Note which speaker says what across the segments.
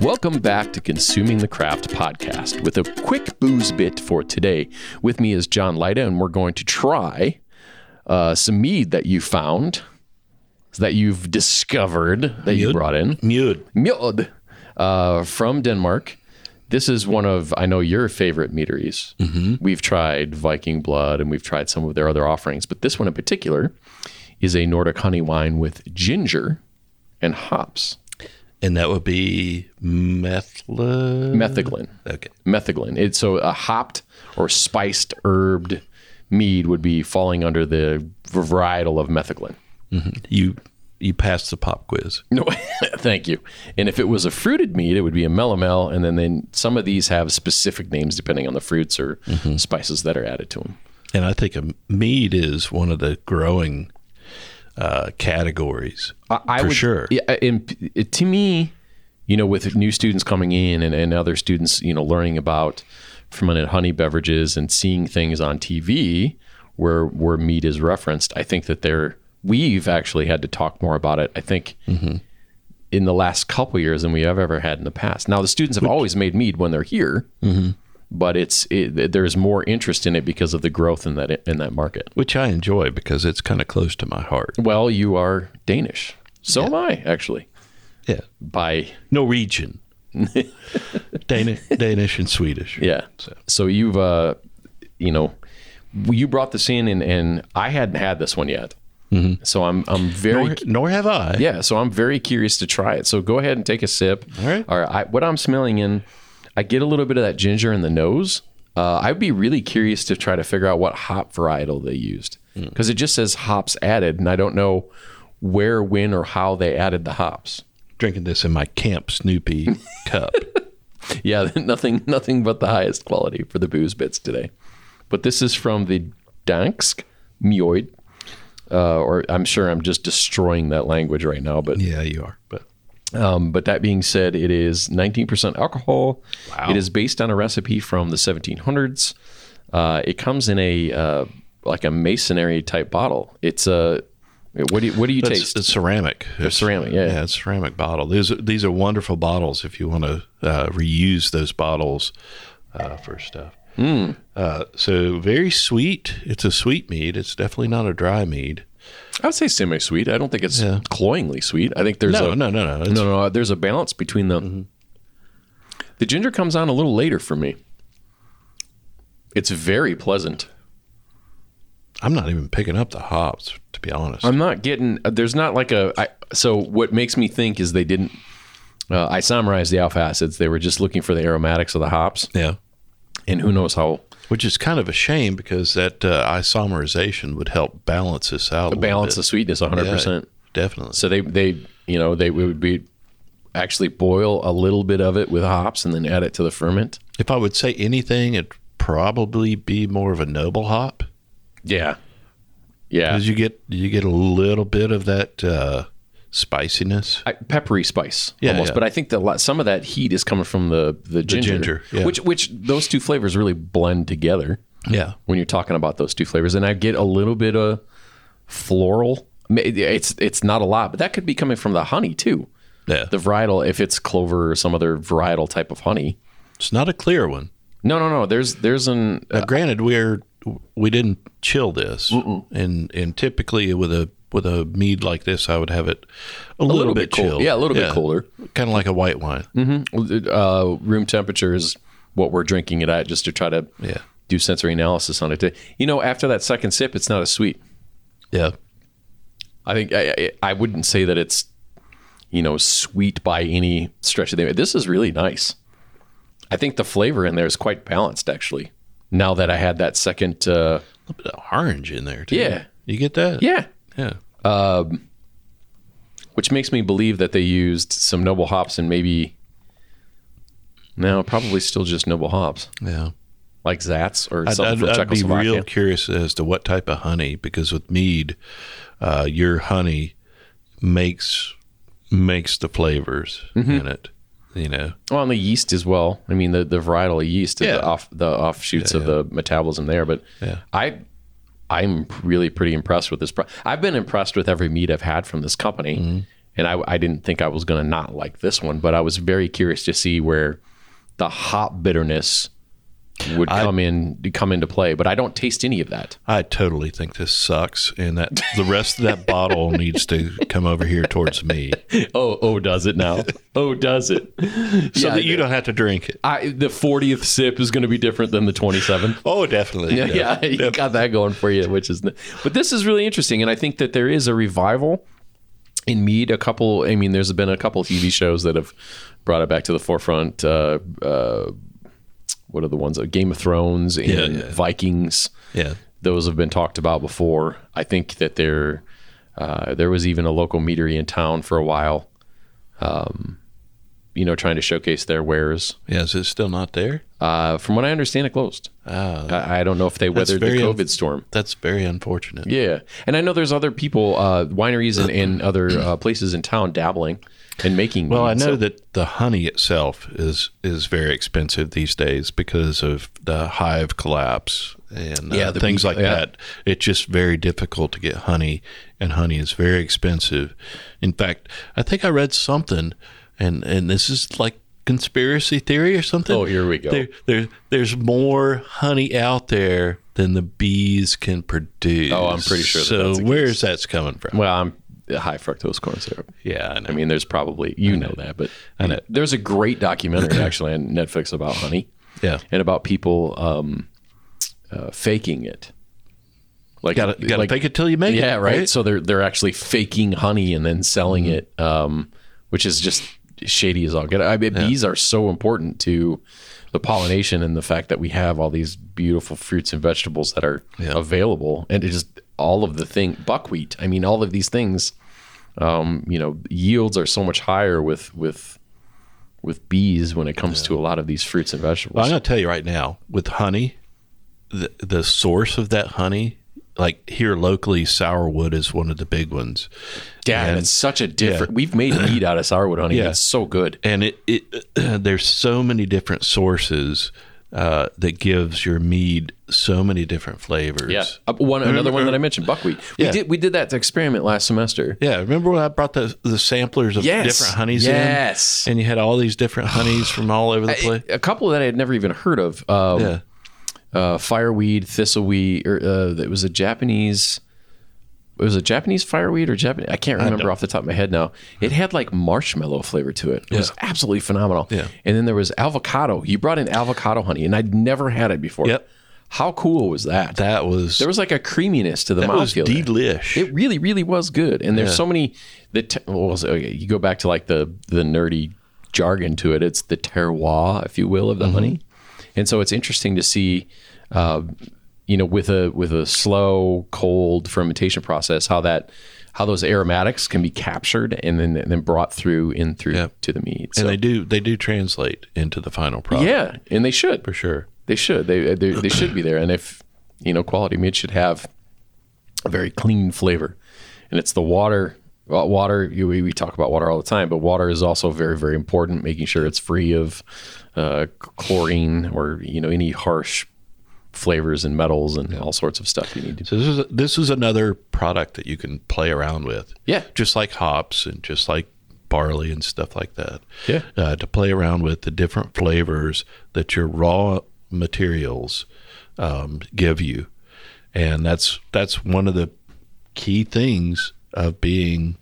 Speaker 1: Welcome back to Consuming the Craft podcast with a quick booze bit for today. With me is John Lyda, and we're going to try uh, some mead that you found, that you've discovered, that you
Speaker 2: Mead?
Speaker 1: brought in.
Speaker 2: Mute.
Speaker 1: Mjod uh, from Denmark. This is one of, I know, your favorite meaderies. We've tried Viking Blood and we've tried some of their other offerings, but this one in particular is a Nordic honey wine with ginger and hops.
Speaker 2: And that would be methyl.
Speaker 1: Metheglin.
Speaker 2: Okay.
Speaker 1: Metheglin. It's so a hopped or spiced herbed mead would be falling under the varietal of metheglin.
Speaker 2: You you passed the pop quiz.
Speaker 1: No, thank you. And if it was a fruited mead, it would be a melomel. And then, then some of these have specific names depending on the fruits or spices that are added to them.
Speaker 2: And I think a mead is one of the growing uh, categories.
Speaker 1: I, I
Speaker 2: For
Speaker 1: would,
Speaker 2: sure.
Speaker 1: Yeah, and it, to me, you know, with new students coming in and, and other students, you know, learning about fermented honey beverages and seeing things on TV where where mead is referenced, I think that they're we've actually had to talk more about it. I think.
Speaker 2: Mm-hmm.
Speaker 1: In the last couple years than we have ever had in the past. Now the students have always made mead when they're here,
Speaker 2: Mm-hmm.
Speaker 1: but it's it, there's more interest in it because of the growth in that in that market.
Speaker 2: Which I enjoy because it's kind of close to my heart.
Speaker 1: Well, you are Danish. So am I, actually.
Speaker 2: Yeah.
Speaker 1: By
Speaker 2: Norwegian. Danish, Danish and Swedish.
Speaker 1: yeah. So,
Speaker 2: So-
Speaker 1: you've uh, you know, you brought this in, and and I hadn't had this one yet.
Speaker 2: Mm-hmm.
Speaker 1: So I'm I'm very
Speaker 2: Nor, nor have I.
Speaker 1: yeah. So I'm very curious to try it. So go ahead and take a sip.
Speaker 2: All right.
Speaker 1: All right. I, what I'm smelling in, I get a little bit of that ginger in the nose. Uh, I'd be really curious to try to figure out what hop varietal they used
Speaker 2: Mm.
Speaker 1: because it just says hops added, and I don't know where, when, or how they added the hops.
Speaker 2: Drinking this in my Camp Snoopy cup.
Speaker 1: yeah, nothing, nothing but the highest quality for the booze bits today. But this is from the Dansk Mjoid, uh, or I'm sure I'm just destroying that language right now. But
Speaker 2: Yeah, you are. But
Speaker 1: um, but that being said, it is 19% alcohol.
Speaker 2: Wow.
Speaker 1: It is based on a recipe from the 1700s. Uh, it comes in a uh, like a masonry type bottle. It's a what do you, what do you
Speaker 2: That's-
Speaker 1: taste?
Speaker 2: It's ceramic. It's
Speaker 1: ceramic, yeah.
Speaker 2: it's ceramic bottle. These are, these are wonderful bottles if you want to uh, reuse those bottles uh, for stuff.
Speaker 1: Hmm.
Speaker 2: Uh, so very sweet. It's a sweet mead. It's definitely not a dry mead.
Speaker 1: I would say semi-sweet. I don't think it's
Speaker 2: Yeah.
Speaker 1: cloyingly sweet. I think there's
Speaker 2: No,
Speaker 1: a,
Speaker 2: no, no, no. It's,
Speaker 1: no, no, no. There's a balance between them.
Speaker 2: Mm-hmm.
Speaker 1: The ginger comes on a little later for me. It's very pleasant.
Speaker 2: I'm not even picking up the hops to be honest.
Speaker 1: I'm not getting. uh, There's not like a. I, so what makes me think is they didn't. Uh, I summarized the alpha acids. They were just looking for the aromatics of the hops,
Speaker 2: yeah.
Speaker 1: and who knows how
Speaker 2: Which is kind of a shame because that uh, isomerization would help balance this out. a little
Speaker 1: balance the
Speaker 2: bit.
Speaker 1: sweetness 100.
Speaker 2: Yeah,
Speaker 1: percent
Speaker 2: definitely.
Speaker 1: So they they you know they would be actually boil a little bit of it with hops and then add it to the ferment.
Speaker 2: If I would say anything, it'd probably be more of a noble hop.
Speaker 1: Yeah, yeah.
Speaker 2: Because you get you get a little bit of that uh, spiciness.
Speaker 1: I, peppery spice
Speaker 2: Yeah,
Speaker 1: almost
Speaker 2: yeah.
Speaker 1: but i think that a lot- some of that heat is coming from the the ginger,
Speaker 2: ginger, yeah.
Speaker 1: which which those two flavors really blend together
Speaker 2: Yeah,
Speaker 1: when you're talking about those two flavors and i get a little bit of floral Ma- it's it's not a lot but that could be coming from the honey too
Speaker 2: yeah.
Speaker 1: the varietal if it's clover or some other varietal type of honey
Speaker 2: it's not a clear one.
Speaker 1: no no no there's there's an
Speaker 2: Now, granted, we're we didn't chill this, and and typically with a with a mead like this, I would have it a, little, bit,
Speaker 1: cool-
Speaker 2: chilled.
Speaker 1: yeah, a little bit Mm. colder.
Speaker 2: kind of like a white wine.
Speaker 1: uh, room temperature is what we're drinking it at just to try to
Speaker 2: Yeah.
Speaker 1: do sensory analysis on it you know after that second sip it's not as sweet
Speaker 2: Yeah,
Speaker 1: I think I, I, I wouldn't say that it's you know sweet by any stretch of the. This is really nice. I think the flavor in there is quite balanced, actually. Now that I had that second, uh,
Speaker 2: a little bit of orange in there too.
Speaker 1: Yeah.
Speaker 2: you get that.
Speaker 1: yeah,
Speaker 2: yeah.
Speaker 1: um, which makes me believe that they used some noble hops and maybe no, probably still just noble hops
Speaker 2: yeah.
Speaker 1: like Zats or
Speaker 2: I'd,
Speaker 1: something
Speaker 2: I'd-
Speaker 1: from
Speaker 2: I'd be
Speaker 1: Czechoslovakia.
Speaker 2: real curious as to what type of honey, because with mead, uh, your honey makes makes the flavors
Speaker 1: Mm-hmm.
Speaker 2: in it. You know,
Speaker 1: Well, and the yeast as well. I mean, the, the varietal of yeast,
Speaker 2: Yeah.
Speaker 1: the off the offshoots of the metabolism there. But
Speaker 2: Yeah.
Speaker 1: I, I'm really pretty impressed with this. Pro- I've been impressed with every meat I've had from this company, and I, I didn't think I was going to not like this one, but I was very curious to see where the hop bitterness would come in come into play. But I don't taste any of that.
Speaker 2: I totally think this sucks, and that the rest of that bottle needs to come over here towards me,
Speaker 1: Oh, oh, does it now? oh, does it?
Speaker 2: so
Speaker 1: Yeah,
Speaker 2: that you don't have to drink it.
Speaker 1: I, the fortieth sip is going to be different than the twenty seventh.
Speaker 2: Oh, definitely.
Speaker 1: Yeah, yeah, you got that going for you, which is. But this is really interesting, and I think that there is a revival in mead. A couple, I mean, there's been a couple TV shows that have brought it back to the forefront. Uh, uh, what are the ones? uh, Game of Thrones and
Speaker 2: Yeah, yeah.
Speaker 1: Vikings.
Speaker 2: Yeah.
Speaker 1: those have been talked about before. I think that there uh, there was even a local meadery in town for a while, um, you know, trying to showcase their wares.
Speaker 2: Yeah, is it still not there?
Speaker 1: Uh, from what I understand, it closed. I, I don't know if they weathered the
Speaker 2: Oh. very un-
Speaker 1: COVID storm.
Speaker 2: That's very unfortunate.
Speaker 1: Yeah, and I know there's other people, uh, wineries and, and other uh, places in town dabbling and making.
Speaker 2: Well, I
Speaker 1: mead,
Speaker 2: know
Speaker 1: so-
Speaker 2: that the honey itself is is very expensive these days because of the hive collapse and uh,
Speaker 1: Yeah, the
Speaker 2: things
Speaker 1: bee-
Speaker 2: like
Speaker 1: yeah.
Speaker 2: that. It's just very difficult to get honey, and honey is very expensive. In fact, I think I read something, and and this is like conspiracy theory or something.
Speaker 1: Oh, here we go.
Speaker 2: There, there there's more honey out there than the bees can produce.
Speaker 1: Oh, I'm pretty sure that
Speaker 2: so
Speaker 1: that's the
Speaker 2: where's that's coming from?
Speaker 1: well, I'm high fructose corn syrup.
Speaker 2: Yeah, I know.
Speaker 1: I mean, there's probably you know that, but
Speaker 2: know.
Speaker 1: there's a great documentary actually on Netflix about honey.
Speaker 2: yeah.
Speaker 1: and about people um, uh, faking it. Like,
Speaker 2: Got to got to
Speaker 1: like-
Speaker 2: fake it till you make it.
Speaker 1: yeah, right? So they're they're actually faking honey and then selling
Speaker 2: Mm-hmm.
Speaker 1: it, um, which is just shady as all get. I mean, bees are so important to the pollination and the fact that we have all these beautiful fruits and vegetables that are available, and it just all of the thing buckwheat. I mean, all of these things. Um, you know, yields are so much higher with with with bees when it comes to a lot of these fruits and vegetables.
Speaker 2: Well, I'm going to tell you right now with honey, the, the source of that honey, like here locally, sourwood is one of the big ones.
Speaker 1: Dad,
Speaker 2: And-
Speaker 1: it's such a different. We've made meat out of sourwood honey.
Speaker 2: Yeah.
Speaker 1: It's so good.
Speaker 2: And it, it there's so many different sources uh, that gives your mead so many different flavors.
Speaker 1: Uh, one another one that I mentioned, buckwheat. We
Speaker 2: Mm-hmm, Yeah.
Speaker 1: did we did that experiment last semester.
Speaker 2: Yeah, remember when I brought the the samplers of
Speaker 1: Yes.
Speaker 2: different honeys
Speaker 1: Yes.
Speaker 2: in? And you had all these different honeys from all over the place.
Speaker 1: A couple that I had never even heard of. Um,
Speaker 2: Yeah.
Speaker 1: uh, fireweed, thistleweed, or uh, it was a Japanese. It was a Japanese fireweed or Japanese. I can't remember off the top of my head now. It had like marshmallow flavor to it. It was absolutely phenomenal.
Speaker 2: Yeah.
Speaker 1: And then there was avocado. You brought in avocado honey, and I'd never had it before.
Speaker 2: Yep.
Speaker 1: How cool was that?
Speaker 2: That was
Speaker 1: there
Speaker 2: that
Speaker 1: was like a creaminess to the
Speaker 2: was
Speaker 1: mouthfeel. there.
Speaker 2: delish.
Speaker 1: It really, really was good. And there's so many. The te- what was it? Okay, you go back to like the the nerdy jargon to it. It's the terroir, if you will, of the
Speaker 2: Mm-hmm.
Speaker 1: honey. And so it's interesting to see, uh, you know, with a with a slow cold fermentation process, how that how those aromatics can be captured and then and then brought through in through
Speaker 2: Yeah.
Speaker 1: to the mead.
Speaker 2: and
Speaker 1: So-
Speaker 2: they do they do translate into the final product.
Speaker 1: yeah, and they should
Speaker 2: for sure.
Speaker 1: they should. They, they they should be there. And if you know, quality meat should have a very clean flavor, and it's the water. Well, water. You, we we talk about water all the time, but water is also very very important. Making sure it's free of uh, chlorine or you know any harsh flavors and metals and all sorts of stuff you need to.
Speaker 2: So this is this is another product that you can play around with.
Speaker 1: Yeah.
Speaker 2: just like hops and just like barley and stuff like that.
Speaker 1: Yeah.
Speaker 2: uh, to play around with the different flavors that your raw materials um, give you, and that's that's one of the key things of being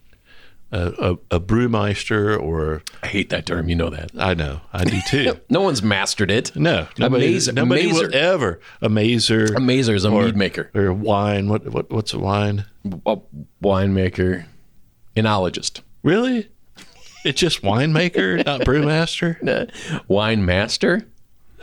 Speaker 2: a, a, a brewmeister. Or
Speaker 1: I hate that term. You know that.
Speaker 2: I know I do too.
Speaker 1: No one's mastered it.
Speaker 2: No, nobody,
Speaker 1: Amazer-
Speaker 2: nobody
Speaker 1: amazer.
Speaker 2: will ever amazer
Speaker 1: A mazer is a mead maker,
Speaker 2: or wine. What what what's a wine?
Speaker 1: a winemaker, enologist,
Speaker 2: Really? It's just winemaker, not brewmaster?
Speaker 1: Uh, wine master.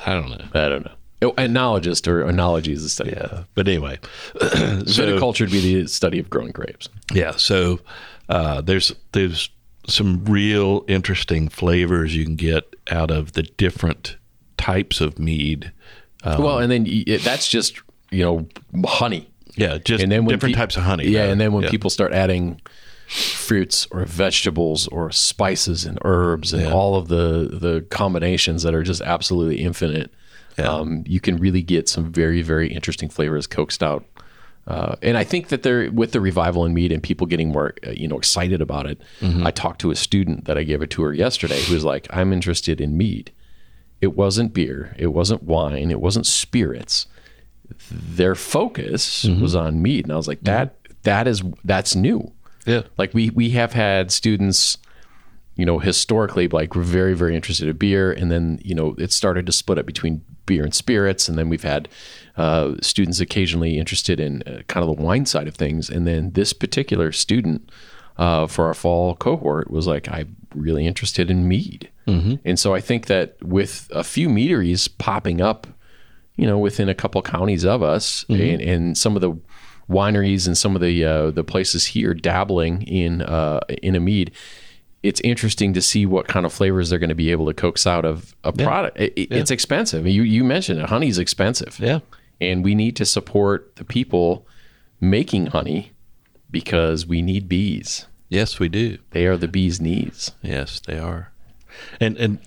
Speaker 2: I don't know.
Speaker 1: I don't know. Oh, enologist or enology is the study. Yeah.
Speaker 2: Yeah. But anyway,
Speaker 1: Viticulture would be the study of growing grapes.
Speaker 2: yeah. So uh, there's there's some real interesting flavors you can get out of the different types of mead.
Speaker 1: well, and then y- it, that's just you know honey,
Speaker 2: Yeah, just
Speaker 1: and then when
Speaker 2: different
Speaker 1: pe-
Speaker 2: types of honey.
Speaker 1: Yeah,
Speaker 2: right?
Speaker 1: and then when
Speaker 2: Yeah.
Speaker 1: people start adding fruits or vegetables or spices and herbs and all of the the combinations that are just absolutely infinite, um, you can really get some very very interesting flavors coaxed out Uh, and I think that there, with the revival in mead and people getting more, uh, you know, excited about it,
Speaker 2: Mm-hmm.
Speaker 1: I talked to a student that I gave a tour yesterday who was like, "I'm interested in mead. It wasn't beer, it wasn't wine, it wasn't spirits. Their focus was on mead." And I was like, "That that is that's new.
Speaker 2: Yeah.
Speaker 1: Like we we have had students." you know, historically, like we're very, very interested in beer, and then you know it started to split up between beer and spirits, and then we've had uh, students occasionally interested in uh, kind of the wine side of things, and then this particular student uh, for our fall cohort was like, I'm really interested in mead, and so I think that with a few meaderies popping up, you know, within a couple counties of us, and, and some of the wineries and some of the uh, the places here dabbling in uh, in a mead, it's interesting to see what kind of flavors they're going to be able to coax out of a product. It, it- It's expensive. You you mentioned it. Honey's expensive.
Speaker 2: Yeah.
Speaker 1: And we need to support the people making honey because we need bees.
Speaker 2: Yes, we do.
Speaker 1: They are the bees' knees.
Speaker 2: Yes, they are. And and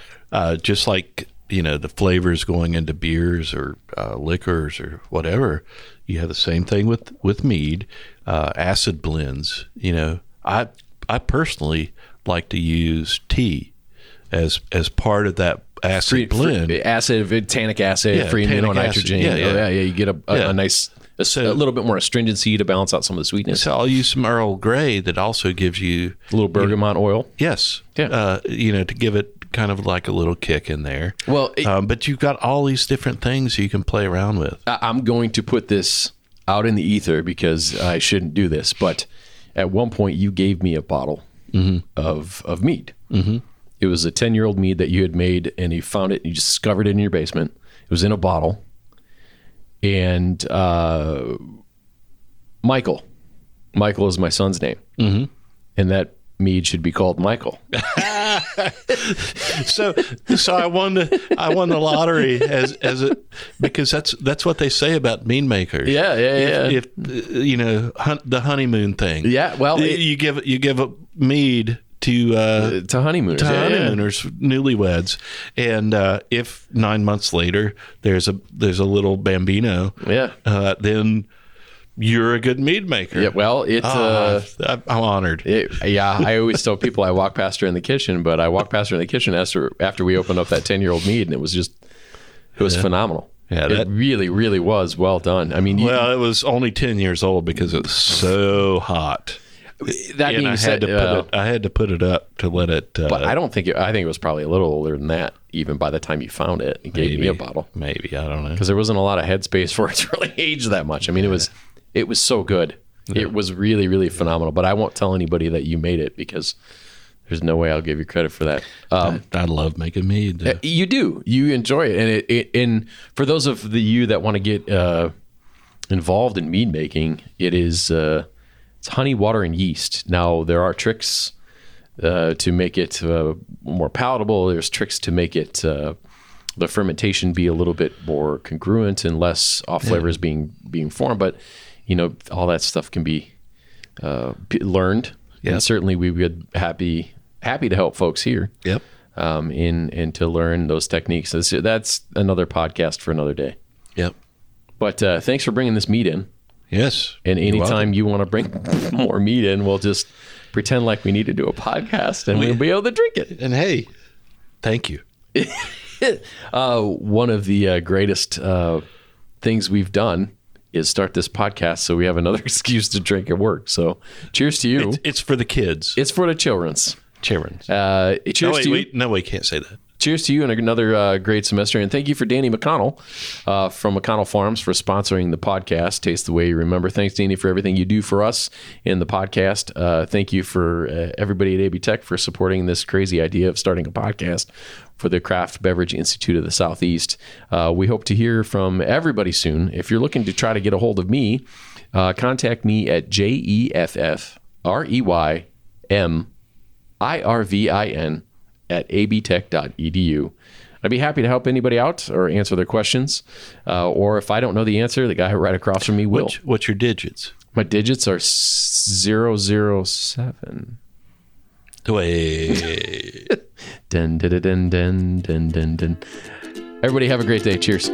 Speaker 2: uh, just like you know the flavors going into beers or uh, liquors or whatever, you have the same thing with with mead, uh, acid blends. You know, I I personally like to use tea as as part of that acid blend.
Speaker 1: acid, v- tannic acid,
Speaker 2: Yeah,
Speaker 1: free amino
Speaker 2: tannic acid.
Speaker 1: nitrogen.
Speaker 2: Yeah,
Speaker 1: Oh,
Speaker 2: yeah.
Speaker 1: yeah, You get a, a,
Speaker 2: Yeah.
Speaker 1: a nice, a, s-
Speaker 2: So-
Speaker 1: a little bit more astringency to balance out some of the sweetness.
Speaker 2: So I'll use some Earl Grey that also gives you
Speaker 1: A little bergamot oil.
Speaker 2: yes,
Speaker 1: Yeah.
Speaker 2: uh, you know, to give it kind of like a little kick in there.
Speaker 1: Well, it-
Speaker 2: um, but you've got all these different things you can play around with.
Speaker 1: I- I'm going to put this out in the ether because I shouldn't do this, but at one point you gave me a bottle of of mead. Mm-hmm. It was a ten year old mead that you had made, and you found it. You discovered it in your basement. It was in a bottle, and uh, Michael, Michael is my son's name, mm-hmm. and that mead should be called Michael.
Speaker 2: so so I won the I won the lottery as as a because that's that's what they say about mean makers.
Speaker 1: Yeah, yeah, yeah.
Speaker 2: If, if uh, you know hun- the honeymoon thing.
Speaker 1: Yeah, well,
Speaker 2: you,
Speaker 1: it-
Speaker 2: you give you give a mead to uh,
Speaker 1: to honeymooners,
Speaker 2: to
Speaker 1: yeah, yeah.
Speaker 2: honeymooners, newlyweds, and uh, if nine months later there's a there's a little bambino,
Speaker 1: Yeah.
Speaker 2: uh, then you're a good mead maker.
Speaker 1: Yeah, well, it's uh,
Speaker 2: Ah, I- I'm honored.
Speaker 1: It- yeah, I always tell people I walk past her in the kitchen, but I walked past her in the kitchen after after we opened up that ten year old mead, and it was just it was phenomenal.
Speaker 2: Yeah,
Speaker 1: it
Speaker 2: that-
Speaker 1: really, really was well done. I mean, you-
Speaker 2: Well, it was only ten years old because it was so hot.
Speaker 1: that
Speaker 2: and
Speaker 1: being
Speaker 2: I
Speaker 1: said,
Speaker 2: had to put
Speaker 1: uh,
Speaker 2: it. I had to put it up to let it. Uh,
Speaker 1: but I don't think it, I think it was probably a little older than that. Even by the time you found it, it gave me a bottle
Speaker 2: maybe I don't know.
Speaker 1: because there wasn't a lot of headspace for it to really age that much. I mean, it was it was so good. It was really, really phenomenal. But I won't tell anybody that you made it because there's no way I'll give you credit for that. Um,
Speaker 2: I love making mead. though.
Speaker 1: Uh, You do. You enjoy it, and it, it and for those of the you that want to get uh, involved in mead making, it is uh, it's honey, water, and yeast. Now there are tricks uh, to make it uh, more palatable. There's tricks to make it uh, the fermentation be a little bit more congruent and less off flavors being being formed. But you know all that stuff can be uh, p- learned,
Speaker 2: Yeah.
Speaker 1: and certainly we would happy happy to help folks here
Speaker 2: Yep.
Speaker 1: um, in and to learn those techniques. That's, that's another podcast for another day.
Speaker 2: Yep.
Speaker 1: But uh, thanks for bringing this meat in.
Speaker 2: Yes.
Speaker 1: And
Speaker 2: You're welcome.
Speaker 1: anytime you want to bring more meat in, we'll just pretend like we need to do a podcast and we'll be able to drink it.
Speaker 2: And hey, thank you.
Speaker 1: Uh, one of the uh, greatest uh, things we've done is start this podcast so we have another excuse to drink at work. So cheers to you. It's,
Speaker 2: It's for the kids.
Speaker 1: for the children's.
Speaker 2: Children.
Speaker 1: Uh, cheers
Speaker 2: no, wait,
Speaker 1: to you.
Speaker 2: wait. No, we can't say that.
Speaker 1: cheers to you and another uh, great semester. And thank you for Danny McConnell uh, from McConnell Farms for sponsoring the podcast, Taste the Way You Remember. Thanks, Danny, for everything you do for us in the podcast. Uh, thank you for uh, everybody at AB Tech for supporting this crazy idea of starting a podcast for the Craft Beverage Institute of the Southeast. Uh, we hope to hear from everybody soon. If you're looking to try to get a hold of me, uh, contact me at E J-E-F-F-R-E-Y-M IRVIN at abtech.edu. E I'd be happy to help anybody out or answer their questions. Uh, or if I don't know the answer, the guy right across from me will.
Speaker 2: What's, what's your digits?
Speaker 1: My digits are 007.
Speaker 2: Wait.
Speaker 1: Dun, dun, dun, dun, dun, dun, dun. Everybody have a great day. Cheers.